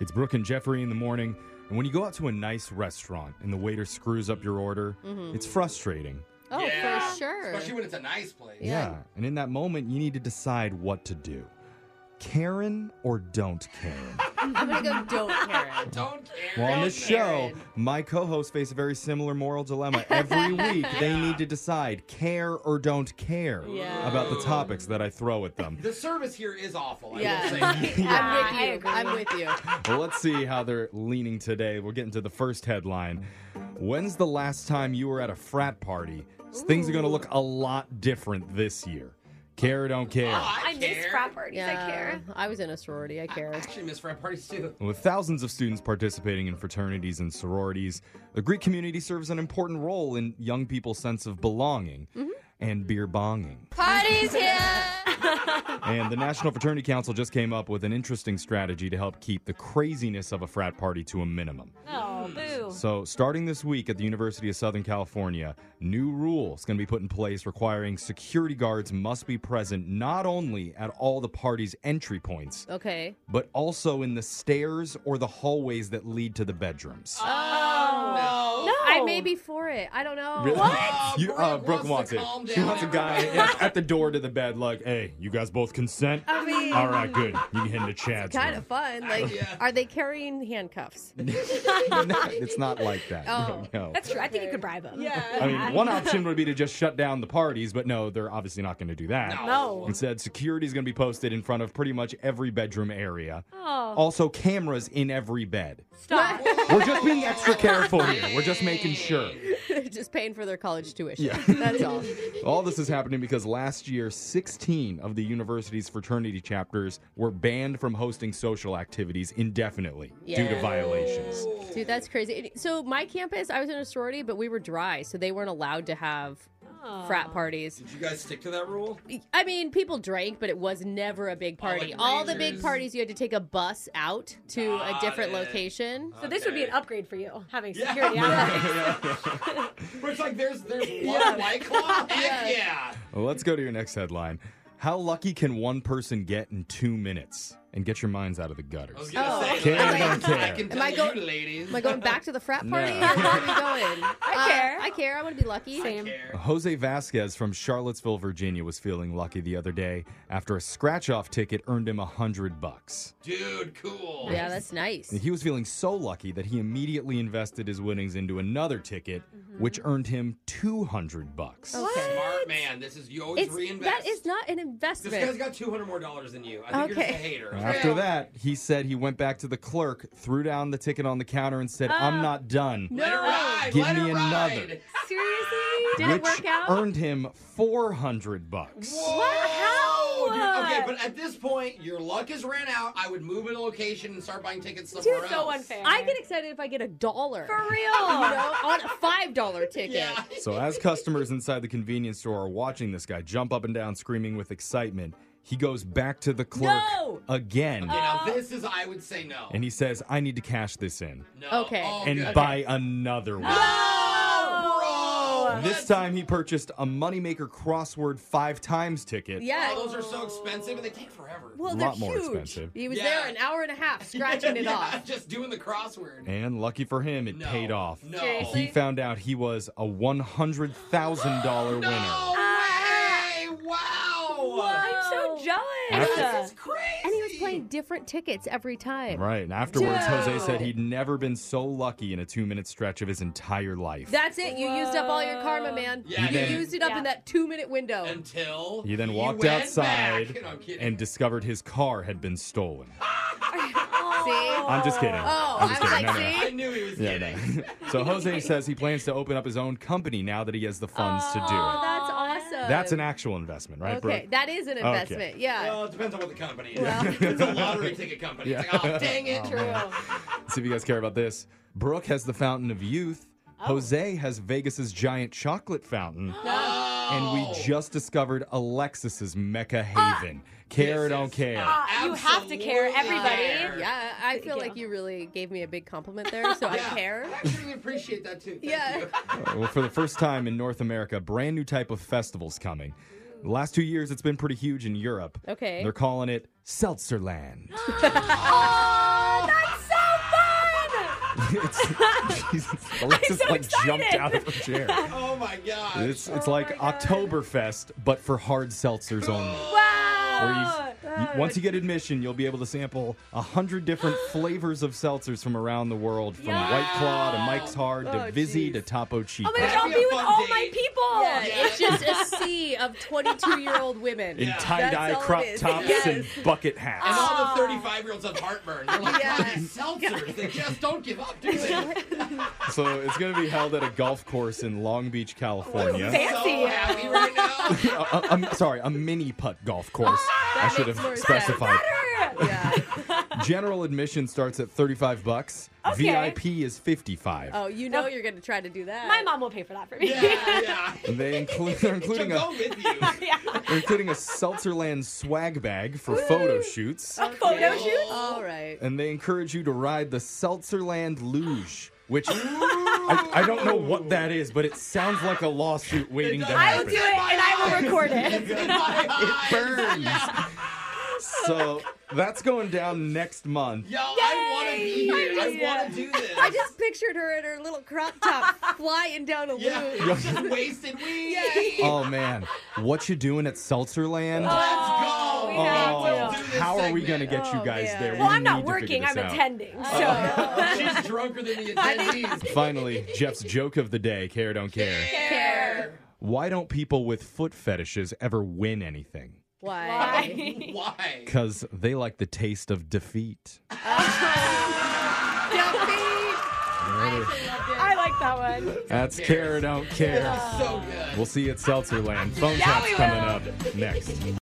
It's Brooke and Jeffrey in the morning. And when you go out to a nice restaurant and the waiter screws up your order, Mm-hmm. it's frustrating. Oh, Yeah. for sure. Especially when it's a nice place. Yeah. And in that moment, you need to decide what to do Karen or don't Karen? I'm gonna go don't Karen. Don't care. Well, on this show, Karen. my co hosts face a very similar moral dilemma. Every week, they need to decide care or don't care Yeah. about the topics that I throw at them. The service here is awful. I Yeah. will say. that. I'm I with you. agree. I'm with you. well, let's see how they're leaning today. We'll get into the first headline. When's the last time you were at a frat party? Things are going to look a lot different this year. Care or don't care. Oh, I, I miss care. frat parties. Yeah. I care. I was in a sorority. I care. Actually, miss frat parties too. With thousands of students participating in fraternities and sororities, the Greek community serves an important role in young people's sense of belonging and beer bonging. Parties here. And the National Fraternity Council just came up with an interesting strategy to help keep the craziness of a frat party to a minimum. Oh, boo. So, starting this week at the University of Southern California, new rules going to be put in place requiring security guards must be present not only at all the party's entry points, Okay. but also in the stairs or the hallways that lead to the bedrooms. Uh, Oh, No. I may be for it. I don't know. What? You, uh, Brooke wants, wants to calm it. She down wants a guy at, at the door to the bed, like, "Hey, you guys both consent? I mean, All right, good. You can head to Chad's." kind room." of fun. Like, Yeah. are they carrying handcuffs? it's not like that. Oh. No. That's true. I think you could bribe them. Yeah. I mean, one option would be to just shut down the parties, but no, they're obviously not going to do that. No. Instead, security is going to be posted in front of pretty much every bedroom area. Oh, Also, cameras in every bed. stop. We're just being extra careful here. We're just making sure. They're just paying for their college tuition. Yeah. That's all. All this is happening because last year, 16 of the university's fraternity chapters were banned from hosting social activities indefinitely due to Yeah. violations. Dude, that's crazy. It- So my campus, I was in a sorority, but we were dry, so they weren't allowed to have Oh. frat parties. Did you guys stick to that rule? I mean, people drank, but it was never a big party. like All the big ragers. parties, you had to take a bus out to a Got different it. Uh, location. So this would be an Okay. upgrade for you, having Yeah. security. But it's like there's there's one white claw. Heck yeah. Well, let's go to your next headline. How lucky can one person get in two minutes? And get your minds out of the I gutters. was gonna Oh. say. Care, I don't can- care. I can Am I tell go- you, ladies. Am I going back to the frat No. party? Where are we going? Uh, care. I care. I want to be lucky. Same. Care. Jose Vasquez from Charlottesville, Virginia was feeling lucky the other day after a scratch-off ticket earned him a hundred bucks. Dude, cool. Yeah, that's nice. He was feeling so lucky that he immediately invested his winnings into another ticket, Mm-hmm. which earned him two hundred bucks. Oh, Okay. Smart man. This is you always It's, reinvest. that is not an This guy's investment. got two hundred more dollars than you. I think you're just a Okay. hater. After that, he said he went back to the clerk, threw down the ticket on the counter, and said, Oh. "I'm not done." Let it ride. Give let me it another. ride. Seriously? Did which it work out? earned him four hundred bucks. Whoa, How? dude. Okay, but at this point, your luck has ran out. I would move in a location and start buying tickets somewhere else. Dude, so unfair. I get excited if I get a dollar. For real. you know, on a five dollar ticket. Yeah. So, as customers inside the convenience store are watching this guy jump up and down screaming with excitement, he goes back to the clerk No! again Uh, You know, this is I would say no. and he says, I need to cash this in no. Okay. Oh, and good. buy another one. Oh, bro. This that's- time, he purchased a Moneymaker crossword five times ticket. Yeah. Oh, those are so expensive and they take forever. well, A they're lot more huge. expensive. He was Yeah. there an hour and a half scratching it Yeah, off. Just doing the crossword. And lucky for him, it No. paid off. No. He Seriously? found out he was a $100,000 winner. Ah! No way! Wow! I'm so jealous. This is crazy. And he was playing different tickets every time. Right. And afterwards, Dude. Jose said he'd never been so lucky in a two minute stretch of his entire life. That's it. You used up all your karma, man. Yeah, you then- used it up Yeah. in that two minute window. until He then walked went outside back. No, I'm kidding. and discovered his car had been stolen. See? I'm just kidding. Oh, I'm just I was kidding. like, No, no, no. I knew he was Yeah, kidding. no. so Jose says he plans to open up his own company now that he has the funds to do Oh, it. that's awesome. That's an actual investment, right, Okay, Brooke? that is an investment. Yeah. Well, it depends on what the company is. it's a lottery ticket company. It's like, oh, dang it. Let's see if you guys care about this. Brooke has the Fountain of Youth. Jose has Vegas's giant chocolate fountain. And Oh. we just discovered Alexis's Mecca Haven. care or This don't is- care. Ah, you have to care, Absolutely everybody. care. Yeah, I feel you. like you really gave me a big compliment there, so I Yeah. care. Actually, we appreciate that too. Thank Yeah. you. well, for the first time in North America, a brand new type of festival's coming. The last two years, it's been pretty huge in Europe. Okay. They're calling it Seltzerland. Oh, that's so it's, Jesus, Alexis so like jumped excited. Oh out of her chair. Oh my god. It's it's like Oktoberfest, but for hard seltzers only. Where you- Wow. you- once you get admission, you'll be able to sample a hundred different flavors of seltzers from around the world, from Yeah. White Claw to Mike's Hard to Oh, Vizzy jeez. to Topo Chico. Oh my gosh, That'd I'll be a be with fun all date. my people. Yeah. It's just a sea of 22 year old women. in Yeah. tie dye That's all it crop is. tops Yes. and bucket And hats. Oh. all the 35 year olds have heartburn. They're like, Yeah. "Bloody seltzers. They just don't give up, do they? So it's going to be held at a golf course in Long Beach, California. Fancy. So happy right now. Uh, uh, I'm sorry, a mini putt golf course. I should Ah, makes more have sense. specified. Yeah. General admission starts at 35 bucks. Okay. VIP is 55. Oh, you know you're going to try to do that. My mom will pay for that for me. Yeah, yeah. And they include they're She'll including go a with you. Yeah. they're including a Seltzerland swag bag for photo shoots. Photo shoot. Oh, All right. and they encourage you to ride the Seltzerland luge, which I, I don't know what that is, but it sounds like a lawsuit waiting to does. I I will happen. do it and I will record it it. Burns. so that's going down next month. Yo, I want to be here. I Yeah. want to do this. I just pictured her in her little crop top flying down a yeah, loop. it's just wasted weed. Oh man, what you doing at Seltzerland? Oh, Let's go. we have Oh, to. how are we gonna get you Oh, guys man. there? Well, We I'm not need to figure working, this I'm out. attending. So Oh. She's drunker than the attendees. Finally, Jeff's joke of the day: care or don't care. care. Why don't people with foot fetishes ever win anything? Why? Why? Because they like the taste of defeat. I like that one. That's care or don't care. So good. We'll see you at Seltzerland. Phone Yeah, tap's we coming will. up next.